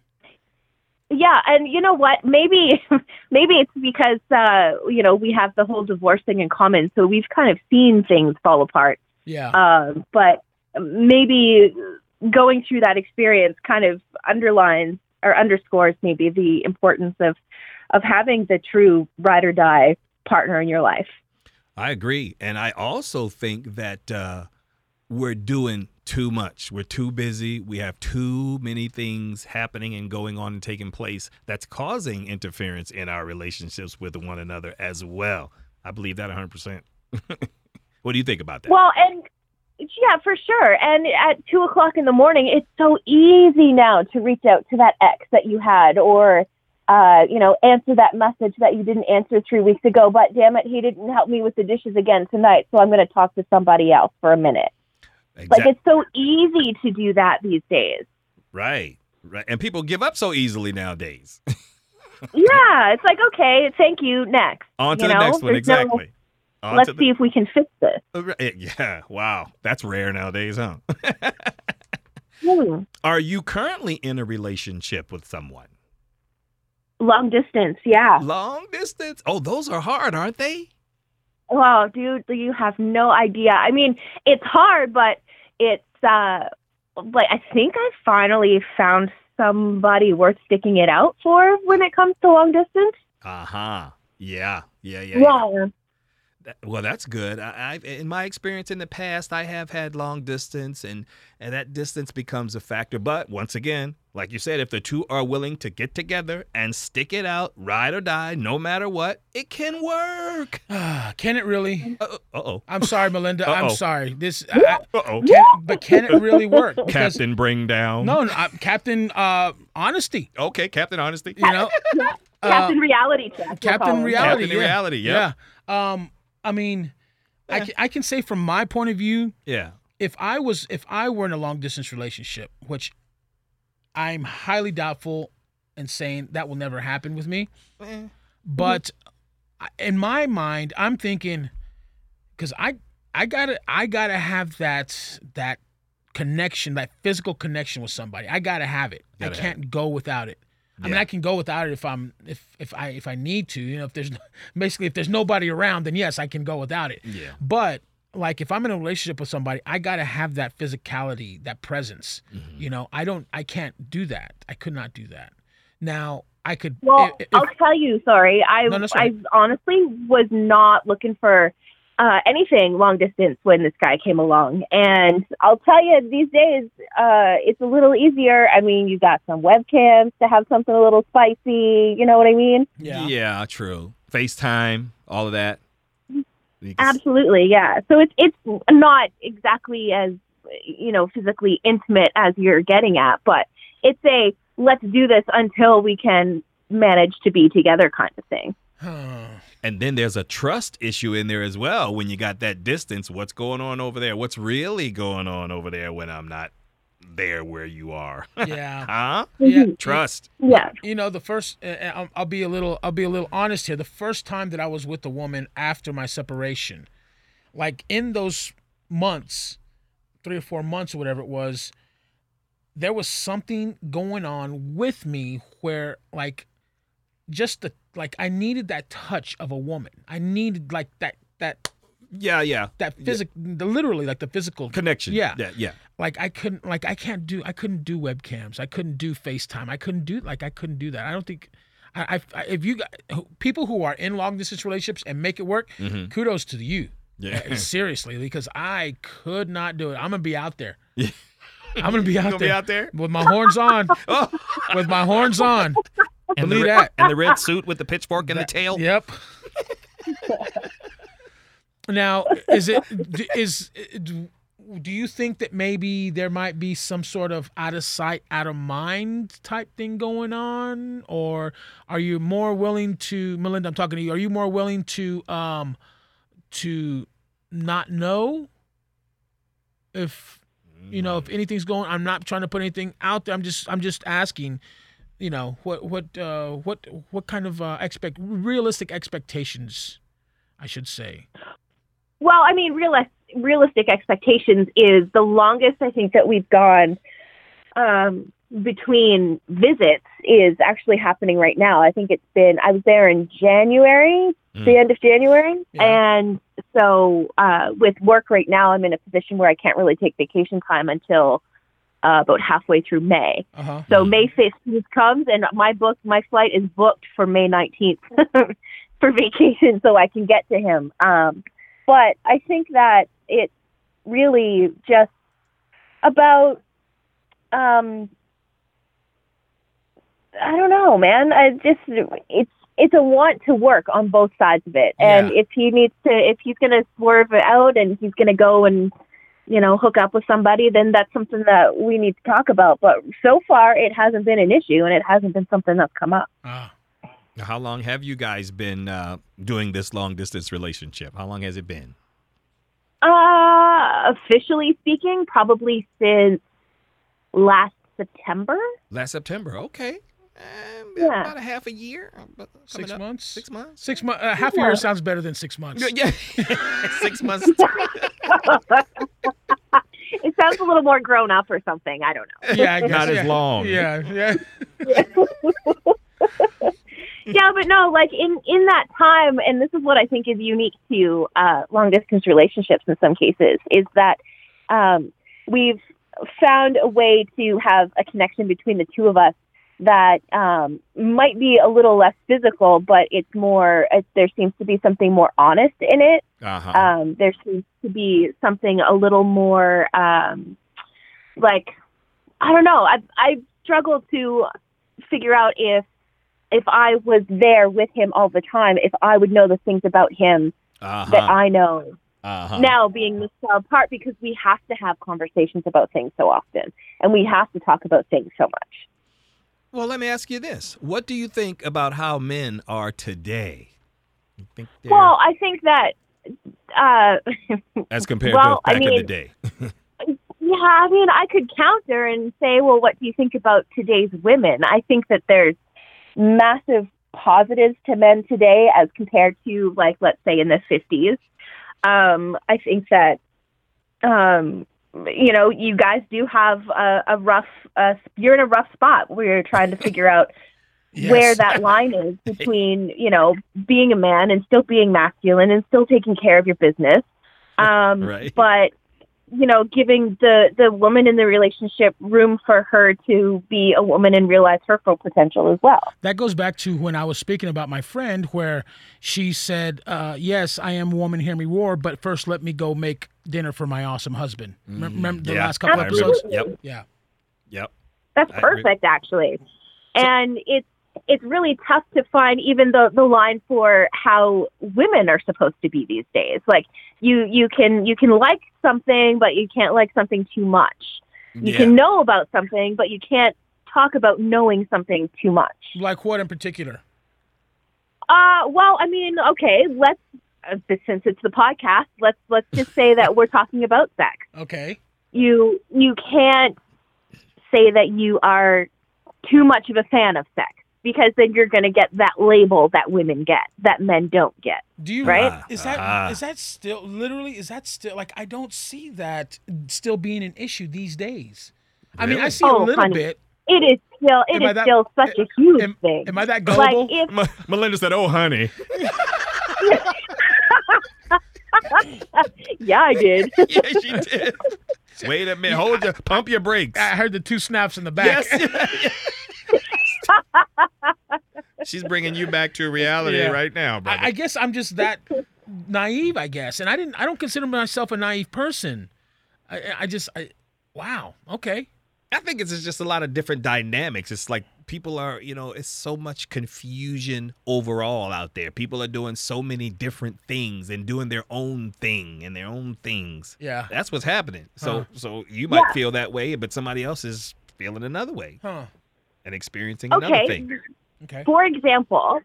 [SPEAKER 4] Yeah, and you know what? Maybe maybe it's because uh, you know, we have the whole divorce thing in common, so we've kind of seen things fall apart.
[SPEAKER 2] Yeah.
[SPEAKER 4] Um, but maybe going through that experience kind of underlines or underscores maybe the importance of of having the true ride or die partner in your life.
[SPEAKER 3] I agree. And I also think that uh, we're doing too much. We're too busy. We have too many things happening and going on and taking place that's causing interference in our relationships with one another as well. I believe that 100%. what do you think about that?
[SPEAKER 4] Well, and yeah, for sure. And at two o'clock in the morning, it's so easy now to reach out to that ex that you had, or uh, you know, answer that message that you didn't answer three weeks ago. But damn it, he didn't help me with the dishes again tonight, so I'm going to talk to somebody else for a minute. Like
[SPEAKER 3] exactly.
[SPEAKER 4] it's so easy to do that these days.
[SPEAKER 3] right. Right. And people give up so easily nowadays.
[SPEAKER 4] Yeah, it's like okay, thank you. Next,
[SPEAKER 3] on to
[SPEAKER 4] you
[SPEAKER 3] the
[SPEAKER 4] know?
[SPEAKER 3] next one.
[SPEAKER 4] There's no,
[SPEAKER 3] Exactly. on
[SPEAKER 4] let's
[SPEAKER 3] to the- uh, eh,
[SPEAKER 4] see if we can fix this.
[SPEAKER 3] Yeah. Wow. That's rare nowadays, huh?
[SPEAKER 4] Hmm.
[SPEAKER 3] Are you currently in a relationship with someone?
[SPEAKER 4] Long distance, yeah.
[SPEAKER 3] Long distance. Oh, those are hard, aren't they?
[SPEAKER 4] Wow, dude, you have no idea. I mean, it's hard, but it's uh, like I think I finally found somebody worth sticking it out for when it comes to long distance.
[SPEAKER 3] Uh huh. Yeah. Yeah. Yeah. yeah.
[SPEAKER 4] Yeah,
[SPEAKER 3] That- Well, that's good. I, I've in my experience in the past, I have had long distance, and and that distance becomes a factor. But once again, Like you said, if the two are willing to get together and stick it out, ride or die, no matter what, it can work.
[SPEAKER 2] Ah, can it really?
[SPEAKER 3] Uh oh.
[SPEAKER 2] I'm sorry, Melinda.
[SPEAKER 3] Uh-oh.
[SPEAKER 2] I'm sorry. This, I, I-
[SPEAKER 3] Uh oh.
[SPEAKER 2] can, but can it really work? Because-
[SPEAKER 3] Captain Bring Down.
[SPEAKER 2] No, no I, Captain uh, Honesty.
[SPEAKER 3] Okay, Captain Honesty.
[SPEAKER 2] You know, Uh,
[SPEAKER 4] Captain Reality Check. we'll call
[SPEAKER 2] Captain
[SPEAKER 4] him.
[SPEAKER 2] Reality.
[SPEAKER 3] Captain
[SPEAKER 2] yeah.
[SPEAKER 3] Reality, yep.
[SPEAKER 2] Yeah. Um, I mean, I,
[SPEAKER 3] Yeah.
[SPEAKER 2] can, I can say from my point of view,
[SPEAKER 3] Yeah.
[SPEAKER 2] if I was if I were in a long distance relationship, which I'm highly doubtful and saying that will never happen with me,
[SPEAKER 3] Eh.
[SPEAKER 2] but I- in my mind, I'm thinking because I I gotta I gotta have that that connection, that physical connection with somebody. I gotta have it.
[SPEAKER 3] Gotta
[SPEAKER 2] I
[SPEAKER 3] have it.
[SPEAKER 2] can't go without it. I mean,
[SPEAKER 3] Yeah.
[SPEAKER 2] I can go without it if I'm if if I if I need to. You know, if there's basically if there's nobody around, then yes, I can go without it.
[SPEAKER 3] Yeah.
[SPEAKER 2] But like if I'm in a relationship with somebody, I gotta have that physicality, that presence.
[SPEAKER 3] Mm-hmm.
[SPEAKER 2] You
[SPEAKER 3] Mm.
[SPEAKER 2] know, I don't, I can't do that. I could not do that. Now I could.
[SPEAKER 4] Well,
[SPEAKER 2] if- if-
[SPEAKER 4] I'll tell you. Sorry, I
[SPEAKER 2] No, that's all
[SPEAKER 4] I
[SPEAKER 2] right.
[SPEAKER 4] honestly was not looking for uh, anything long distance when this guy came along, and I'll tell you, these days uh, it's a little easier. I mean, you got some webcams to have something a little spicy. You know what I mean?
[SPEAKER 2] yeah.
[SPEAKER 3] Yeah, true. FaceTime, all of that. You can s-
[SPEAKER 4] Absolutely, yeah. So it's it's not exactly as you know physically intimate as you're getting at, but it's a let's do this until we can manage to be together kind of thing.
[SPEAKER 2] Huh.
[SPEAKER 3] And then there's a trust issue in there as well. When you got that distance, what's going on over there? What's really going on over there when I'm not there where you are?
[SPEAKER 2] yeah.
[SPEAKER 3] Huh?
[SPEAKER 2] Yeah.
[SPEAKER 3] Trust.
[SPEAKER 4] Yeah.
[SPEAKER 2] you know the first uh, uh, I'll- i'll be a little i'll be a little honest here the first time that i was with a woman after my separation like in those months three or four months or whatever it was there was something going on with me where like just the like i needed that touch of a woman i needed like that that
[SPEAKER 3] Yeah, yeah.
[SPEAKER 2] that
[SPEAKER 3] Yeah.
[SPEAKER 2] physical the literally like the physical
[SPEAKER 3] Connection.
[SPEAKER 2] Yeah.
[SPEAKER 3] Yeah, yeah.
[SPEAKER 2] like I couldn't like I can't do I couldn't do webcams. I couldn't do FaceTime. I couldn't do like I couldn't do that. I don't think I, I- I if you got, who- people who are in long distance relationships and make it work,
[SPEAKER 3] hmm
[SPEAKER 2] kudos to you. Uh,
[SPEAKER 3] Yeah.
[SPEAKER 2] Seriously, because I could not do it. I'm gonna be out there. I'm gonna be
[SPEAKER 3] You
[SPEAKER 2] out
[SPEAKER 3] gonna
[SPEAKER 2] there
[SPEAKER 3] be out there?
[SPEAKER 2] with my horns on.
[SPEAKER 3] Oh.
[SPEAKER 2] With my horns on.
[SPEAKER 3] And the,
[SPEAKER 2] Believe
[SPEAKER 3] red,
[SPEAKER 2] that.
[SPEAKER 3] and the red suit with the pitchfork and
[SPEAKER 2] That-
[SPEAKER 3] the tail.
[SPEAKER 2] Yep. now, is it d- is do do you think that maybe there might be some sort of out of sight, out of mind type thing going on, or are you more willing to, Melinda? I'm talking to you. Are you more willing to um to not know if you know if anything's going? I'm not trying to put anything out there. I'm just I'm just asking you know what what uh, what what kind of uh, expect realistic expectations I should say.
[SPEAKER 4] Well, I mean, realis- realistic expectations is the longest I think that we've gone um, between visits is actually happening right now. I think it's been, I was there in January,
[SPEAKER 3] Mm.
[SPEAKER 4] the end of January.
[SPEAKER 2] Yeah.
[SPEAKER 4] And so uh, with work right now, I'm in a position where I can't really take vacation time until uh, about halfway through May.
[SPEAKER 2] Uh huh.
[SPEAKER 4] So
[SPEAKER 3] Mhm.
[SPEAKER 4] May 15th comes, and my book, my flight is booked for May 19th for vacation, so I can get to him. Um, but I think that it's really just about, um, I don't know, man. I just it's it's a want to work on both sides of it, and
[SPEAKER 2] Yeah.
[SPEAKER 4] if he needs to, if he's gonna swerve out and he's gonna go and you know, hook up with somebody, then that's something that we need to talk about. But so far, it hasn't been an issue and it hasn't been something that's come up.
[SPEAKER 2] Ah.
[SPEAKER 3] How long have you guys been uh, doing this long distance relationship? How long has it been?
[SPEAKER 4] Uh, officially speaking, probably since last September.
[SPEAKER 3] Last September. Okay. Um,
[SPEAKER 4] Yeah.
[SPEAKER 3] About a half a year. uh, but coming
[SPEAKER 2] six
[SPEAKER 3] up.
[SPEAKER 2] months.
[SPEAKER 3] Six months.
[SPEAKER 2] Six months. Uh, half a year sounds better than six months.
[SPEAKER 3] Yeah. six months.
[SPEAKER 4] It sounds a little more grown up or something. I don't know.
[SPEAKER 2] Yeah, I guess.
[SPEAKER 3] Not
[SPEAKER 2] yeah.
[SPEAKER 3] as long.
[SPEAKER 2] Yeah, yeah.
[SPEAKER 4] yeah, but no, like in in that time, and this is what I think is unique to uh, long distance relationships in some cases is that um, we've found a way to have a connection between the two of us that um, might be a little less physical, but it's more. It, there seems to be something more honest in it
[SPEAKER 3] Uh huh.
[SPEAKER 4] um, there seems to be something a little more um, like I don't know. I I struggled to figure out if if I was there with him all the time, if I would know the things about him that
[SPEAKER 3] Uh-huh.
[SPEAKER 4] I know
[SPEAKER 3] Uh-huh.
[SPEAKER 4] uh, now being this far apart because we have to have conversations about things so often and we have to talk about things so much.
[SPEAKER 3] Well, let me ask you this. What do you think about how men are today? You think they're
[SPEAKER 4] Well, I think that uh
[SPEAKER 3] as compared
[SPEAKER 4] well,
[SPEAKER 3] to
[SPEAKER 4] I
[SPEAKER 3] back in the
[SPEAKER 4] mean-
[SPEAKER 3] day?
[SPEAKER 4] Yeah, I mean, I could counter and say, well, what do you think about today's women? I think that there's massive positives to men today as compared to, like, let's say in the 50s. Um, I think that, um, you know, you guys do have a, a rough, uh, you're in a rough spot where you're trying to figure out where that line is between, you know, being a man and still being masculine and still taking care of your business. Um,
[SPEAKER 3] Right.
[SPEAKER 4] But, you know, giving the, the woman in the relationship room for her to be a woman and realize her full potential as well.
[SPEAKER 2] That goes back to when I was speaking about my friend, where she said, uh, "Yes, I am a woman. Hear me roar, but first let me go make dinner for my awesome husband." Remem- Remember the
[SPEAKER 3] Mm, Yeah,
[SPEAKER 2] last couple
[SPEAKER 3] I remember.
[SPEAKER 2] episodes?
[SPEAKER 3] Yep,
[SPEAKER 2] Yeah,
[SPEAKER 3] yep.
[SPEAKER 4] That's
[SPEAKER 3] I agree.
[SPEAKER 4] perfect, actually. And it's it's really tough to find even the the line for how women are supposed to be these days. Like you you can you can like something, but you can't like something too much. You
[SPEAKER 3] yeah.
[SPEAKER 4] can know about something, but you can't talk about knowing something too much.
[SPEAKER 2] like what in particular?
[SPEAKER 4] Uh, well, I mean, okay, let's uh, since it's the podcast, let's let's just say that we're talking about sex.
[SPEAKER 2] Okay,
[SPEAKER 4] You you can't say that you are too much of a fan of sex because then you're going to get that label that women get that men don't get.
[SPEAKER 2] do you
[SPEAKER 4] Right?
[SPEAKER 2] Is that is
[SPEAKER 3] Ah.
[SPEAKER 2] that still literally? Is that still like I don't see that still being an issue these days? I mean, I
[SPEAKER 3] Really?
[SPEAKER 2] see a
[SPEAKER 4] Oh,
[SPEAKER 2] little
[SPEAKER 4] honey.
[SPEAKER 2] bit.
[SPEAKER 4] It is still it
[SPEAKER 2] Am
[SPEAKER 4] is
[SPEAKER 2] I that-
[SPEAKER 4] still such a huge
[SPEAKER 2] am-
[SPEAKER 4] thing.
[SPEAKER 2] Am I that
[SPEAKER 4] like
[SPEAKER 2] gullible?
[SPEAKER 4] if
[SPEAKER 3] M- Melinda said, "Oh, honey."
[SPEAKER 4] yeah, I did.
[SPEAKER 3] yeah, she did. Wait a minute. Hold your pump your brakes.
[SPEAKER 2] I heard the two snaps in the back.
[SPEAKER 3] Yes. She's bringing you back to reality
[SPEAKER 2] Yeah.
[SPEAKER 3] right now, brother.
[SPEAKER 2] I, I guess I'm just that naive, I guess, and I didn't. I don't consider myself a naive person. I, I- I just, I, wow, okay,
[SPEAKER 3] I think it's just a lot of different dynamics. It's like people are, you know, it's so much confusion overall out there. People are doing so many different things and doing their own thing and their own things.
[SPEAKER 2] yeah,
[SPEAKER 3] That's what's happening. So
[SPEAKER 2] Huh.
[SPEAKER 3] so you might
[SPEAKER 4] Yeah.
[SPEAKER 3] feel that way, but somebody else is feeling another way
[SPEAKER 2] huh,
[SPEAKER 3] and experiencing another
[SPEAKER 4] Okay.
[SPEAKER 3] thing.
[SPEAKER 2] okay,
[SPEAKER 4] For example,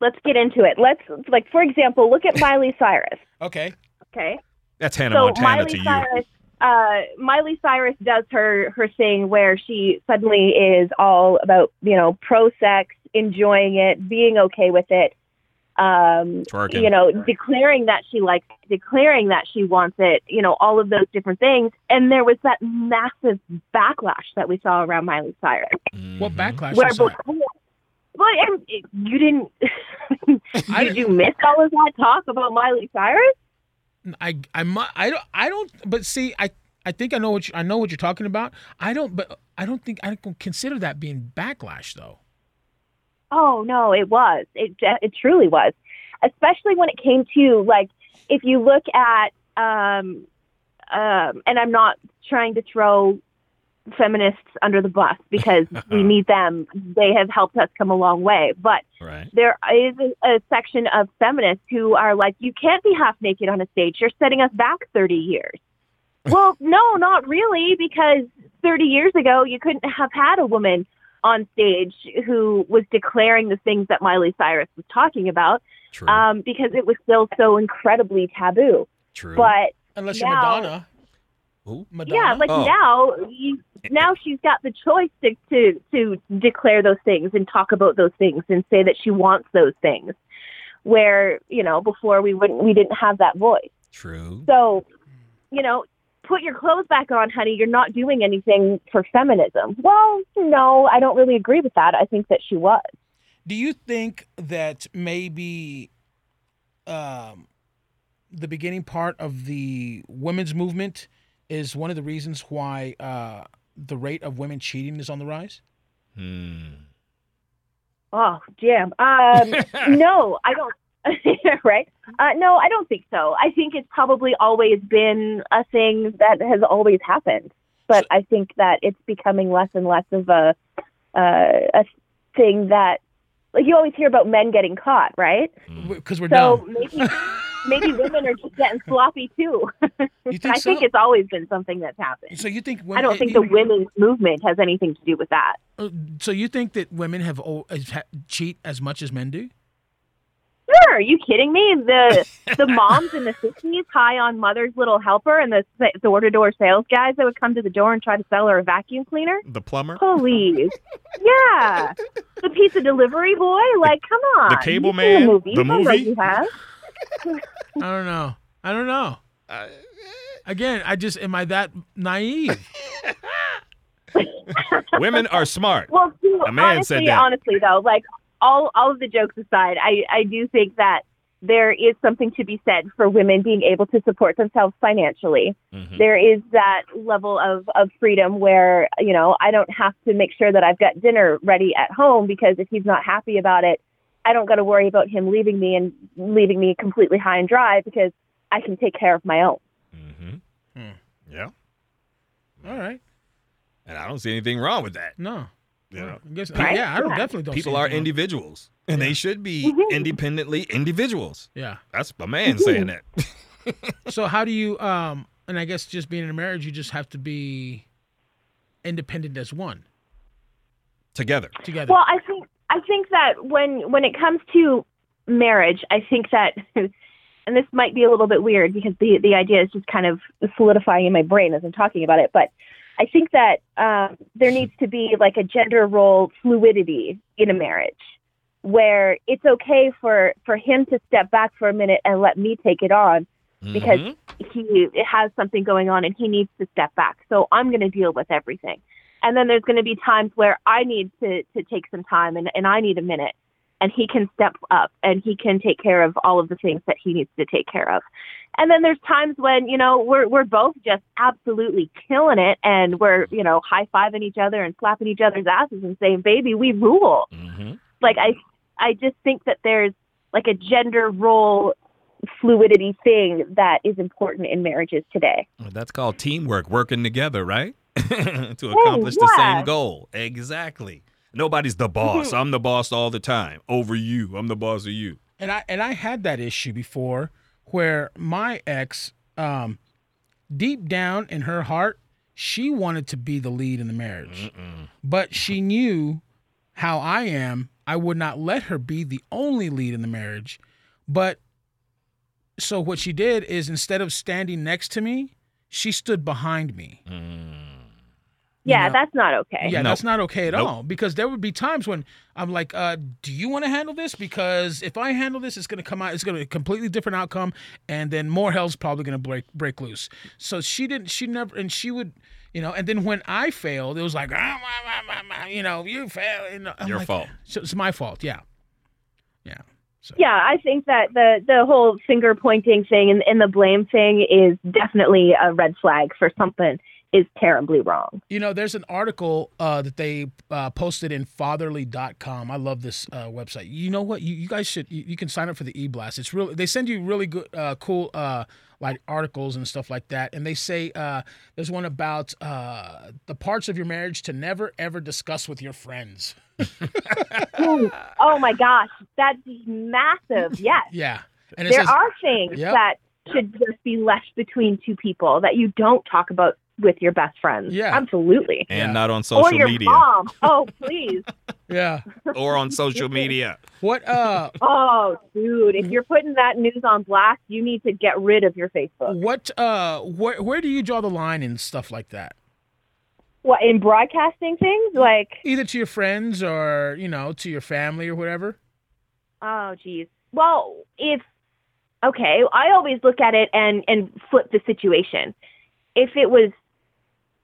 [SPEAKER 4] let's get into it. Let's like for example, look at Miley Cyrus,
[SPEAKER 2] okay,
[SPEAKER 4] okay?
[SPEAKER 3] That's Hannah
[SPEAKER 4] so
[SPEAKER 3] Montana
[SPEAKER 4] Miley
[SPEAKER 3] to you.
[SPEAKER 4] Cyrus, uh, Miley Cyrus does her her thing where she suddenly is all about you know pro sex, enjoying it, being okay with it, um,
[SPEAKER 3] Twerking.
[SPEAKER 4] you know, declaring that she likes, it, declaring that she wants it, you know, all of those different things. And there was that massive backlash that we saw around Miley Cyrus,
[SPEAKER 2] what
[SPEAKER 3] Mhm.
[SPEAKER 2] backlash?
[SPEAKER 4] where
[SPEAKER 2] is that?
[SPEAKER 4] before- but and it- you didn't.
[SPEAKER 2] I
[SPEAKER 4] did you miss all of that talk about Miley Cyrus?
[SPEAKER 2] I I mu- I don't I don't but see I I think I know what you, I know what you're talking about. I don't but I don't think I don't consider that being backlash though.
[SPEAKER 4] Oh no, it was. It de- it truly was, especially when it came to like if you look at um, um, and I'm not trying to throw feminists under the bus because we need them. They have helped us come a long way, but
[SPEAKER 3] Right.
[SPEAKER 4] there is a, a section of feminists who are like, you can't be half naked on a stage. You're setting us back 30 years. Well, no, not really, because 30 years ago, you couldn't have had a woman on stage who was declaring the things that Miley Cyrus was talking about
[SPEAKER 3] True.
[SPEAKER 4] um, because it was still so incredibly taboo.
[SPEAKER 3] true.
[SPEAKER 4] But
[SPEAKER 2] Unless
[SPEAKER 4] No.
[SPEAKER 2] you're Madonna.
[SPEAKER 3] Ooh.
[SPEAKER 2] Madonna.
[SPEAKER 4] yeah, like
[SPEAKER 3] Oh.
[SPEAKER 4] now, you, now she's got the choice to, to to declare those things and talk about those things and say that she wants those things. Where you know before we wouldn't we didn't have that voice.
[SPEAKER 3] True.
[SPEAKER 4] So, you know, put your clothes back on, honey. You're not doing anything for feminism. Well, no, I don't really agree with that. I think that she was.
[SPEAKER 2] Do you think that maybe um, the beginning part of the women's movement is one of the reasons why uh, the rate of women cheating is on the rise?
[SPEAKER 3] Hmm.
[SPEAKER 4] Oh, damn. Um, no, I don't. right? Uh, no, I don't think so. I think it's probably always been a thing that has always happened, but I think that it's becoming less and less of a uh, a thing that like you always hear about men getting caught, right?
[SPEAKER 2] because we're
[SPEAKER 4] So
[SPEAKER 2] down.
[SPEAKER 4] maybe maybe women are just getting sloppy too.
[SPEAKER 2] You think
[SPEAKER 4] I
[SPEAKER 2] so?
[SPEAKER 4] think it's always been something that's happened.
[SPEAKER 2] So you think women, eh,
[SPEAKER 4] I don't think the women's movement has anything to do with that.
[SPEAKER 2] Uh, So you think that women have o- has ha- cheat as much as men do?
[SPEAKER 4] Sure, are you kidding me? The the moms in the fifties high on Mother's Little Helper and the the door to door sales guys that would come to the door and try to sell her a vacuum cleaner.
[SPEAKER 3] The plumber,
[SPEAKER 4] Please, yeah, the pizza delivery boy. Like, come on,
[SPEAKER 3] The cable
[SPEAKER 4] You've seen
[SPEAKER 3] man,
[SPEAKER 4] the movie,
[SPEAKER 3] the
[SPEAKER 4] Sounds like
[SPEAKER 3] movie.
[SPEAKER 4] you have.
[SPEAKER 2] I don't know. I don't know. Again, I just am I that naive?
[SPEAKER 3] women are smart.
[SPEAKER 4] Well, too,
[SPEAKER 3] A man
[SPEAKER 4] honestly,
[SPEAKER 3] said that.
[SPEAKER 4] honestly though, like all all of the jokes aside, I I do think that there is something to be said for women being able to support themselves financially.
[SPEAKER 3] Mhm.
[SPEAKER 4] There is that level of of freedom where you know I don't have to make sure that I've got dinner ready at home because if he's not happy about it, I don't got to worry about him leaving me and leaving me completely high and dry because I can take care of my own.
[SPEAKER 3] Mhm.
[SPEAKER 2] Hmm.
[SPEAKER 3] Yeah,
[SPEAKER 2] All right.
[SPEAKER 3] and I don't see anything wrong with that.
[SPEAKER 2] No.
[SPEAKER 3] You know,
[SPEAKER 2] I guess-
[SPEAKER 4] Right?
[SPEAKER 2] Yeah, I don't
[SPEAKER 4] Yeah.
[SPEAKER 2] definitely don't. see
[SPEAKER 3] people are
[SPEAKER 2] anything wrong.
[SPEAKER 3] individuals, and they should be
[SPEAKER 4] Mhm.
[SPEAKER 3] independently individuals.
[SPEAKER 2] Yeah.
[SPEAKER 3] That's a man
[SPEAKER 4] Mm-hmm.
[SPEAKER 3] saying that.
[SPEAKER 2] So how do you um and I guess just being in a marriage you just have to be independent as one
[SPEAKER 3] Together,
[SPEAKER 2] together.
[SPEAKER 4] Well, I think I think that when when it comes to marriage, I think that and this might be a little bit weird because the the idea is just kind of solidifying in my brain as I'm talking about it, but I think that um, there needs to be like a gender role fluidity in a marriage where it's okay for for him to step back for a minute and let me take it on Because-
[SPEAKER 3] Mhm.
[SPEAKER 4] he has something going on and he needs to step back. So I'm going to deal with everything. And then there's going to be times where I need to, to take some time and, and I need a minute. And he can step up and he can take care of all of the things that he needs to take care of. And then there's times when, you know, we're, we're both just absolutely killing it and we're, you know, high fiving each other and slapping each other's asses and saying, baby, we rule
[SPEAKER 3] Mhm.
[SPEAKER 4] like I I just think that there's like a gender role fluidity thing that is important in marriages today.
[SPEAKER 3] Well, that's called teamwork, working together, right? to
[SPEAKER 4] Oh,
[SPEAKER 3] accomplish the
[SPEAKER 4] yeah. Mm-hmm.
[SPEAKER 3] same goal. Exactly. Nobody's the boss. I'm the boss all the time. Over you. I'm the boss of you.
[SPEAKER 2] and I and I had that issue before where my ex um deep down in her heart she wanted to be the lead in the marriage. But she knew how I am. I would not let her be the only lead in the marriage. But so what she did is instead of standing next to me, she stood behind me.
[SPEAKER 4] Yeah,
[SPEAKER 2] No.
[SPEAKER 4] that's not okay.
[SPEAKER 2] Yeah,
[SPEAKER 3] No.
[SPEAKER 2] that's not okay at
[SPEAKER 3] Nope.
[SPEAKER 2] all. Because there would be times when I'm like, uh, "Do you want to handle this? Because if I handle this, it's going to come out. It's going to be a completely different outcome, and then more hell's probably going to break break loose." So she didn't. She never. And she would, you know. And then when I failed, it was like, ah, wah, wah, wah, wah, you know, you failed. You know, I'm
[SPEAKER 3] Your
[SPEAKER 2] like,
[SPEAKER 3] fault.
[SPEAKER 2] So it's my fault. Yeah, yeah. So
[SPEAKER 4] Yeah, I think that the the whole finger pointing thing and, and the blame thing is definitely a red flag for something is terribly wrong.
[SPEAKER 2] You know, there's an article uh, that they uh, posted in fatherly.com. I love this uh, website. You know what? You, you guys should, you, you can sign up for the e blast. It's really, they send you really good, uh, cool, uh, like articles and stuff like that. And they say uh, there's one about uh, the parts of your marriage to never ever discuss with your friends.
[SPEAKER 4] oh my gosh, that's massive. Yes.
[SPEAKER 2] Yeah. And it
[SPEAKER 4] There
[SPEAKER 2] says,
[SPEAKER 4] are things
[SPEAKER 2] Yep.
[SPEAKER 4] that should just be left between two people that you don't talk about with your best friends.
[SPEAKER 2] Yeah.
[SPEAKER 4] Absolutely.
[SPEAKER 3] And
[SPEAKER 2] Yeah.
[SPEAKER 3] not on
[SPEAKER 4] or
[SPEAKER 3] social
[SPEAKER 4] your
[SPEAKER 3] media.
[SPEAKER 4] mom. Oh, please.
[SPEAKER 2] yeah.
[SPEAKER 3] Or on social media.
[SPEAKER 2] What, uh,
[SPEAKER 4] Oh, dude, if you're putting that news on blast, you need to get rid of your Facebook.
[SPEAKER 2] what, uh, where, where do you draw the line and stuff like that?
[SPEAKER 4] What in broadcasting things like?
[SPEAKER 2] Either to your friends or, you know, to your family or whatever?
[SPEAKER 4] Oh, geez. Well, if okay, I always look at it and and flip the situation. If it was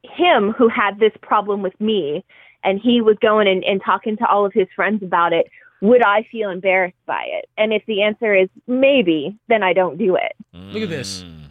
[SPEAKER 4] him who had this problem with me, and he was going and, and talking to all of his friends about it, would I feel embarrassed by it? And if the answer is maybe, then I don't do it.
[SPEAKER 2] Look at this.
[SPEAKER 3] Mm.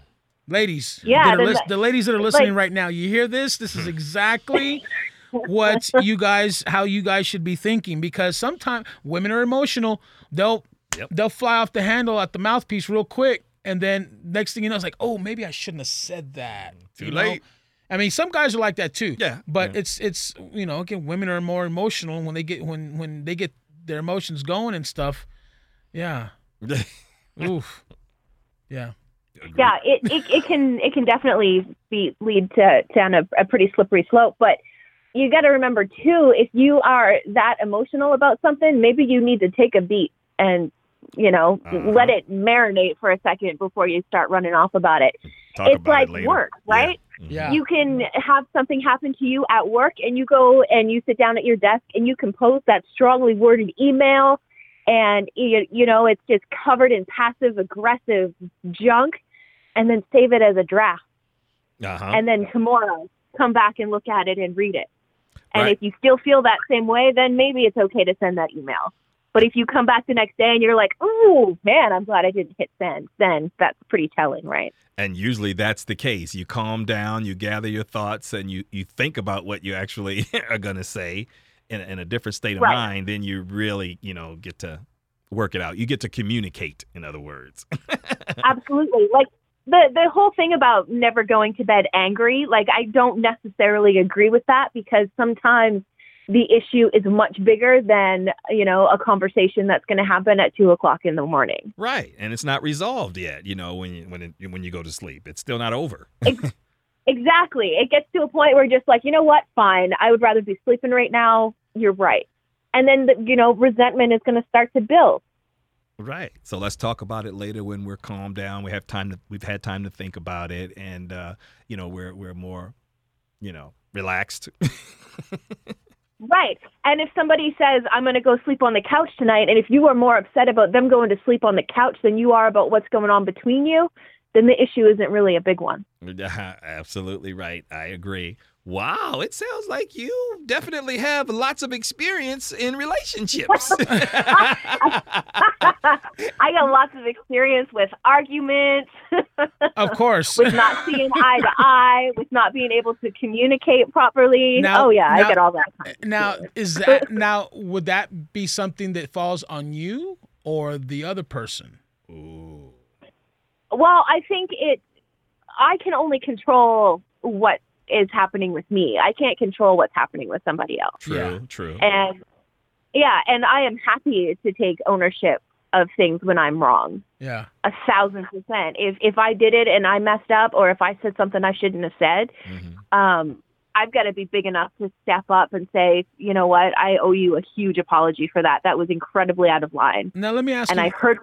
[SPEAKER 2] ladies
[SPEAKER 4] Yeah,
[SPEAKER 2] that are
[SPEAKER 4] there's
[SPEAKER 2] lis-
[SPEAKER 4] a-
[SPEAKER 2] the ladies that are listening right now you hear this this is exactly what you guys how you guys should be thinking because sometimes women are emotional they'll
[SPEAKER 3] Yep.
[SPEAKER 2] they'll fly off the handle at the mouthpiece real quick and then next thing you know it's like oh maybe i shouldn't have said that
[SPEAKER 3] Too
[SPEAKER 2] you know?
[SPEAKER 3] late.
[SPEAKER 2] I mean, some guys are like that too.
[SPEAKER 3] Yeah,
[SPEAKER 2] But
[SPEAKER 3] yeah.
[SPEAKER 2] it's it's you know again, women are more emotional when they get when when they get their emotions going and stuff. Yeah. Oof. Yeah.
[SPEAKER 4] yeah it, it, it can it can definitely be lead to down a, a pretty slippery slope but you got to remember too if you are that emotional about something maybe you need to take a beat and you know
[SPEAKER 3] Uh-huh.
[SPEAKER 4] let it marinate for a second before you start running off about it
[SPEAKER 3] Talk
[SPEAKER 4] it's
[SPEAKER 3] about
[SPEAKER 4] like
[SPEAKER 3] it later.
[SPEAKER 4] work right
[SPEAKER 3] Mhm.
[SPEAKER 1] Yeah.
[SPEAKER 4] you can have something happen to you at work and you go and you sit down at your desk and you compose that strongly worded email and you, you know it's just covered in passive aggressive junk and then save it as a draft
[SPEAKER 3] Uh-huh.
[SPEAKER 4] and then tomorrow come back and look at it and read it and
[SPEAKER 3] Right.
[SPEAKER 4] if you still feel that same way then maybe it's okay to send that email but if you come back the next day and you're like oh man i'm glad i didn't hit send then that's pretty telling right
[SPEAKER 3] And usually that's the case. You calm down, you gather your thoughts, and you, you think about what you actually are going to say in, a- in a different state of
[SPEAKER 4] Right.
[SPEAKER 3] mind. Then you really, you know, get to work it out. You get to communicate, in other words.
[SPEAKER 4] absolutely like the the whole thing about never going to bed angry like i don't necessarily agree with that because sometimes the issue is much bigger than you know a conversation that's going to happen at two o'clock in the morning
[SPEAKER 3] right. And it's not resolved yet, you know, when you, when, it, when you go to sleep. It's still not over.
[SPEAKER 4] exactly it gets to a point where just like you know what fine i would rather be sleeping right now you're right and then the, you know resentment is going to start to build
[SPEAKER 3] Right. So let's talk about it later when we're calmed down. We have time to we've had time to think about it and uh, you know, we're we're more, you know, relaxed.
[SPEAKER 4] Right. And if somebody says, I'm going to go sleep on the couch tonight, and if you are more upset about them going to sleep on the couch than you are about what's going on between you, then the issue isn't really a big one.
[SPEAKER 3] Absolutely right. I agree. Wow, it sounds like you definitely have lots of experience in relationships.
[SPEAKER 4] I got lots of experience with arguments,
[SPEAKER 2] Of course.
[SPEAKER 4] with not seeing eye to eye, with not being able to communicate properly.
[SPEAKER 2] Now-
[SPEAKER 4] oh, yeah,
[SPEAKER 2] now-
[SPEAKER 4] I get all that. Kind of
[SPEAKER 2] now
[SPEAKER 4] experience.
[SPEAKER 2] is that now would that be something that falls on you or the other person?
[SPEAKER 3] Ooh.
[SPEAKER 4] Well, I think it. I can only control what is happening with me. I can't control what's happening with somebody else.
[SPEAKER 3] True,
[SPEAKER 2] Yeah.
[SPEAKER 3] true.
[SPEAKER 4] and yeah, and I am happy to take ownership of things when I'm wrong.
[SPEAKER 2] Yeah.
[SPEAKER 4] A thousand percent. If if I did it and I messed up, or if I said something I shouldn't have said,
[SPEAKER 3] Mhm.
[SPEAKER 4] um, I've got to be big enough to step up and say, you know what, I owe you a huge apology for that. That was incredibly out of line,
[SPEAKER 2] Now let me ask
[SPEAKER 4] and
[SPEAKER 2] you.
[SPEAKER 4] I heard.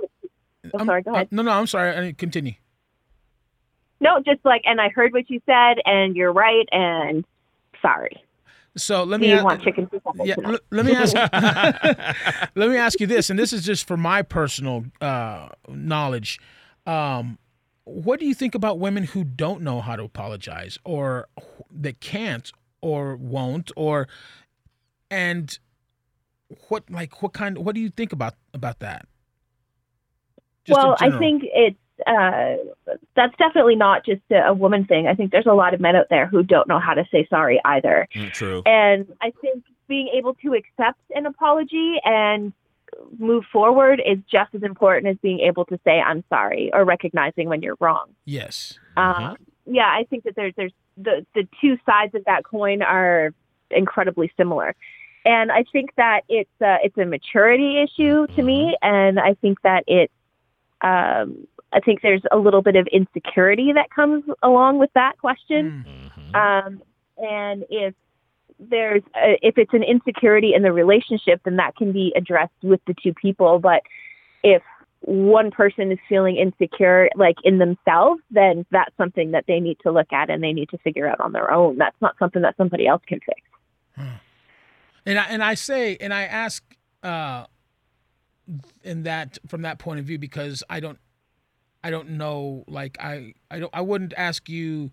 [SPEAKER 4] I'm
[SPEAKER 2] I'm-
[SPEAKER 4] sorry. Go ahead.
[SPEAKER 2] I'm- no, no, I'm sorry. um, I didn't continue.
[SPEAKER 4] no, just like, and I heard what you said, and you're right, and sorry.
[SPEAKER 2] So let
[SPEAKER 4] Do
[SPEAKER 2] me
[SPEAKER 4] you
[SPEAKER 2] a-
[SPEAKER 4] want chicken soup?
[SPEAKER 2] yeah, l- let me ask let me ask you this, and this is just for my personal uh, knowledge. Um, what do you think about women who don't know how to apologize, or wh- that can't, or won't, or and what like what kind? What do you think about about that? Just in
[SPEAKER 4] well, I
[SPEAKER 2] general.
[SPEAKER 4] think it's uh, that's definitely not just a, a woman thing. I think there's a lot of men out there who don't know how to say sorry either.
[SPEAKER 3] Mm, True.
[SPEAKER 4] And I think being able to accept an apology and move forward is just as important as being able to say I'm sorry or recognizing when you're wrong.
[SPEAKER 2] yes,
[SPEAKER 4] Um, yeah, I think that there's there's the the two sides of that coin are incredibly similar. And I think that it's uh, it's a maturity issue to me, and I think that it's um, I think there's a little bit of insecurity that comes along with that question.
[SPEAKER 2] Mm,
[SPEAKER 3] Mhm.
[SPEAKER 4] Um, and if there's a, if it's an insecurity in the relationship, then that can be addressed with the two people. But if one person is feeling insecure, like in themselves, then that's something that they need to look at and they need to figure out on their own. That's not something that somebody else can fix.
[SPEAKER 2] and I and I say and I ask uh, in that from that point of view because I don't I don't know like I I don't I wouldn't ask you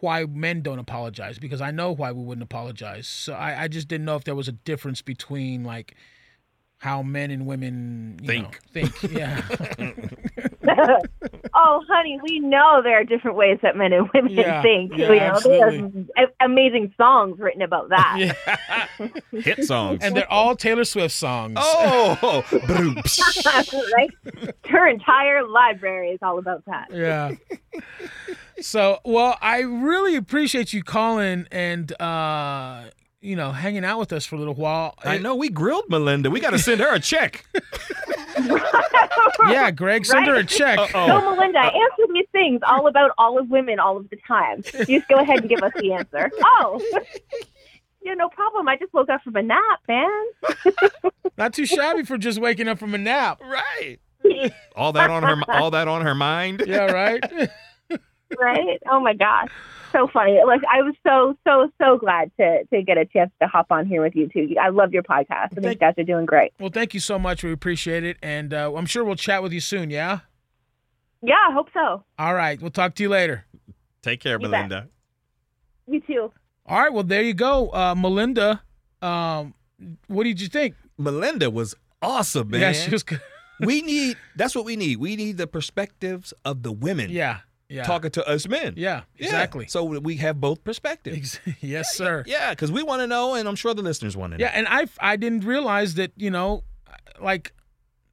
[SPEAKER 2] why men don't apologize because I know why we wouldn't apologize. So I, I just didn't know if there was a difference between like how men and women you know, think. Yeah.
[SPEAKER 4] oh, honey, we know there are different ways that men and women
[SPEAKER 2] Yeah,
[SPEAKER 4] think.
[SPEAKER 2] yeah,
[SPEAKER 4] you know, there are a- amazing songs written about that.
[SPEAKER 2] Yeah.
[SPEAKER 3] Mm-hmm. Hit songs.
[SPEAKER 2] And they're all Taylor Swift songs.
[SPEAKER 3] oh, broom, psh.
[SPEAKER 4] right? Her entire library is all about that.
[SPEAKER 2] Yeah. so, well, I really appreciate you calling and uh, you know, hanging out with us for a little while.
[SPEAKER 3] I know we grilled Melinda. We got to send her a check.
[SPEAKER 2] Yeah, Greg, send her a
[SPEAKER 4] Right.
[SPEAKER 2] check.
[SPEAKER 4] So,
[SPEAKER 3] Oh,
[SPEAKER 4] Melinda, answer these things all about all of women all of the time. You just go ahead and give us the answer. Oh, yeah, no problem. I just woke up from a nap, man.
[SPEAKER 2] Not too shabby for just waking up from a nap.
[SPEAKER 3] right. All that on her. All that on her mind.
[SPEAKER 2] Yeah, right?
[SPEAKER 4] Right? Oh my gosh, so funny. Like I was so so so glad to to get a chance to hop on here with you two. I love your podcast. I think you
[SPEAKER 2] Thank-
[SPEAKER 4] guys are doing great.
[SPEAKER 2] well, thank you so much. We appreciate it. And uh, I'm sure we'll chat with you soon, yeah?
[SPEAKER 4] Yeah, I hope so.
[SPEAKER 2] All right. We'll talk to you later.
[SPEAKER 3] Take care,
[SPEAKER 4] You bet.
[SPEAKER 3] Melinda.
[SPEAKER 4] You too.
[SPEAKER 2] All right. Well, there you go. Uh, Melinda, um, what did you think?
[SPEAKER 3] Melinda was awesome, man.
[SPEAKER 2] Yeah, she was good.
[SPEAKER 3] we need. That's what we need. We need the perspectives of the women
[SPEAKER 2] Yeah. Yeah.
[SPEAKER 3] talking to us men.
[SPEAKER 2] Yeah,
[SPEAKER 3] Yeah.
[SPEAKER 2] exactly.
[SPEAKER 3] So we have both perspectives.
[SPEAKER 2] Ex- yes, sir.
[SPEAKER 3] Yeah, because we want to know, and I'm sure the listeners want to know.
[SPEAKER 2] Yeah, and I I didn't realize that you know, like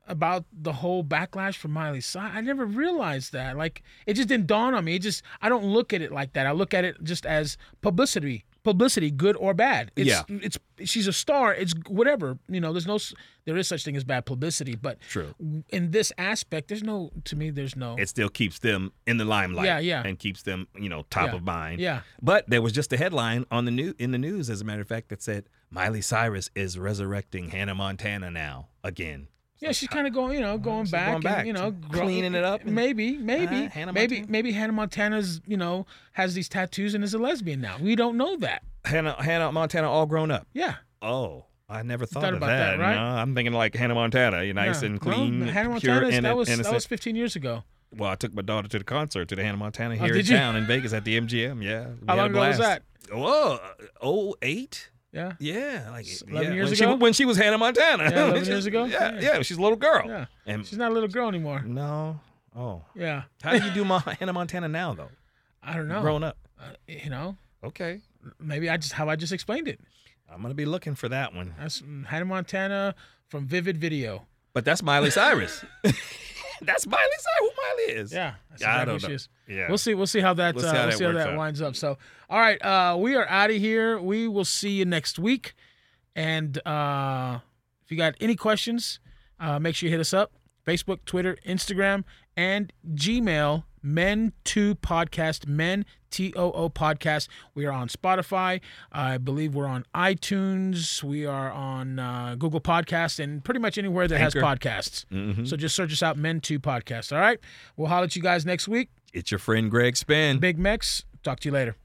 [SPEAKER 2] about the whole backlash from Miley Cyrus. I never realized that. Like it just didn't dawn on me. It just I don't look at it like that. I look at it just as publicity, publicity, good or bad. It's, it's she's a star. It's whatever you know. There's no s- there is such thing as bad publicity, but
[SPEAKER 3] True.
[SPEAKER 2] in this aspect, there's no to me. There's no.
[SPEAKER 3] It still keeps them in the limelight.
[SPEAKER 2] Yeah, yeah.
[SPEAKER 3] And keeps them, you know, top
[SPEAKER 2] Yeah.
[SPEAKER 3] of mind.
[SPEAKER 2] yeah.
[SPEAKER 3] But there was just a headline on the new in the news, as a matter of fact, that said Miley Cyrus is resurrecting Hannah Montana now again.
[SPEAKER 2] Yeah, she's kind of going, you know, going
[SPEAKER 3] Mm-hmm. she's
[SPEAKER 2] back,
[SPEAKER 3] going back
[SPEAKER 2] and, you know,
[SPEAKER 3] to cleaning it up and-
[SPEAKER 2] Maybe, maybe,
[SPEAKER 3] Uh, Hannah
[SPEAKER 2] maybe,
[SPEAKER 3] Montana?
[SPEAKER 2] maybe Hannah Montana's, you know, has these tattoos and is a lesbian now. We don't know that.
[SPEAKER 3] Hannah Hannah Montana all grown up.
[SPEAKER 2] Yeah,
[SPEAKER 3] Oh, I never thought,
[SPEAKER 2] thought
[SPEAKER 3] of
[SPEAKER 2] about
[SPEAKER 3] that.
[SPEAKER 2] that, right?
[SPEAKER 3] No, I'm thinking like Hannah Montana, you're nice
[SPEAKER 2] yeah.
[SPEAKER 3] and
[SPEAKER 2] Well,
[SPEAKER 3] clean,
[SPEAKER 2] Hannah
[SPEAKER 3] pure,
[SPEAKER 2] Montana's
[SPEAKER 3] inno-
[SPEAKER 2] that was
[SPEAKER 3] innocent.
[SPEAKER 2] that was 15 years ago.
[SPEAKER 3] Well, I took my daughter to the concert to the Hannah Montana here in
[SPEAKER 2] Oh, did you?
[SPEAKER 3] town in Vegas at the MGM. Yeah, we
[SPEAKER 2] How
[SPEAKER 3] had a
[SPEAKER 2] long ago was
[SPEAKER 3] blast.
[SPEAKER 2] that?
[SPEAKER 3] Whoa, oh eight.
[SPEAKER 2] Yeah,
[SPEAKER 3] Yeah, like
[SPEAKER 2] S- 11
[SPEAKER 3] yeah,
[SPEAKER 2] years
[SPEAKER 3] when
[SPEAKER 2] ago?
[SPEAKER 3] She, when she was Hannah Montana.
[SPEAKER 2] Yeah, 11
[SPEAKER 3] She-
[SPEAKER 2] years ago?
[SPEAKER 3] Yeah,
[SPEAKER 2] Yeah.
[SPEAKER 3] yeah, she's a little girl.
[SPEAKER 2] Yeah.
[SPEAKER 3] And
[SPEAKER 2] she's not a little girl
[SPEAKER 3] Mm.
[SPEAKER 2] anymore.
[SPEAKER 3] no, oh,
[SPEAKER 2] Yeah,
[SPEAKER 3] how do you do my Hannah Montana now though?
[SPEAKER 2] I don't know.
[SPEAKER 3] Grown up.
[SPEAKER 2] Uh, you know,
[SPEAKER 3] Okay,
[SPEAKER 2] maybe I just how I just explained it.
[SPEAKER 3] I'm gonna be looking for that one.
[SPEAKER 2] That's mm, Hannah Montana from Vivid Video.
[SPEAKER 3] But that's Miley Cyrus. that's Miley Cyrus. Who Miley is?
[SPEAKER 2] Yeah, that's
[SPEAKER 3] Yeah, I
[SPEAKER 2] exactly
[SPEAKER 3] don't
[SPEAKER 2] who she
[SPEAKER 3] know.
[SPEAKER 2] is.
[SPEAKER 3] yeah.
[SPEAKER 2] We'll see. We'll see how that.
[SPEAKER 3] We'll
[SPEAKER 2] uh,
[SPEAKER 3] see how
[SPEAKER 2] we'll
[SPEAKER 3] that
[SPEAKER 2] see how
[SPEAKER 3] works
[SPEAKER 2] that
[SPEAKER 3] out.
[SPEAKER 2] winds up. So, all right, uh, we are out of here. We will see you next week. And uh, if you got any questions, uh, make sure you hit us up: Facebook, Twitter, Instagram, and Gmail. Men to podcast. Men T O O podcast. We are on Spotify. I believe we're on iTunes. We are on uh, Google Podcasts and pretty much anywhere that has
[SPEAKER 3] Anchor.
[SPEAKER 2] podcasts.
[SPEAKER 3] Mhm.
[SPEAKER 2] So just search us out, Men to Podcast. All right, we'll holler at you guys next week.
[SPEAKER 3] It's your friend Greg Spin.
[SPEAKER 2] Big Mex. Talk to you later.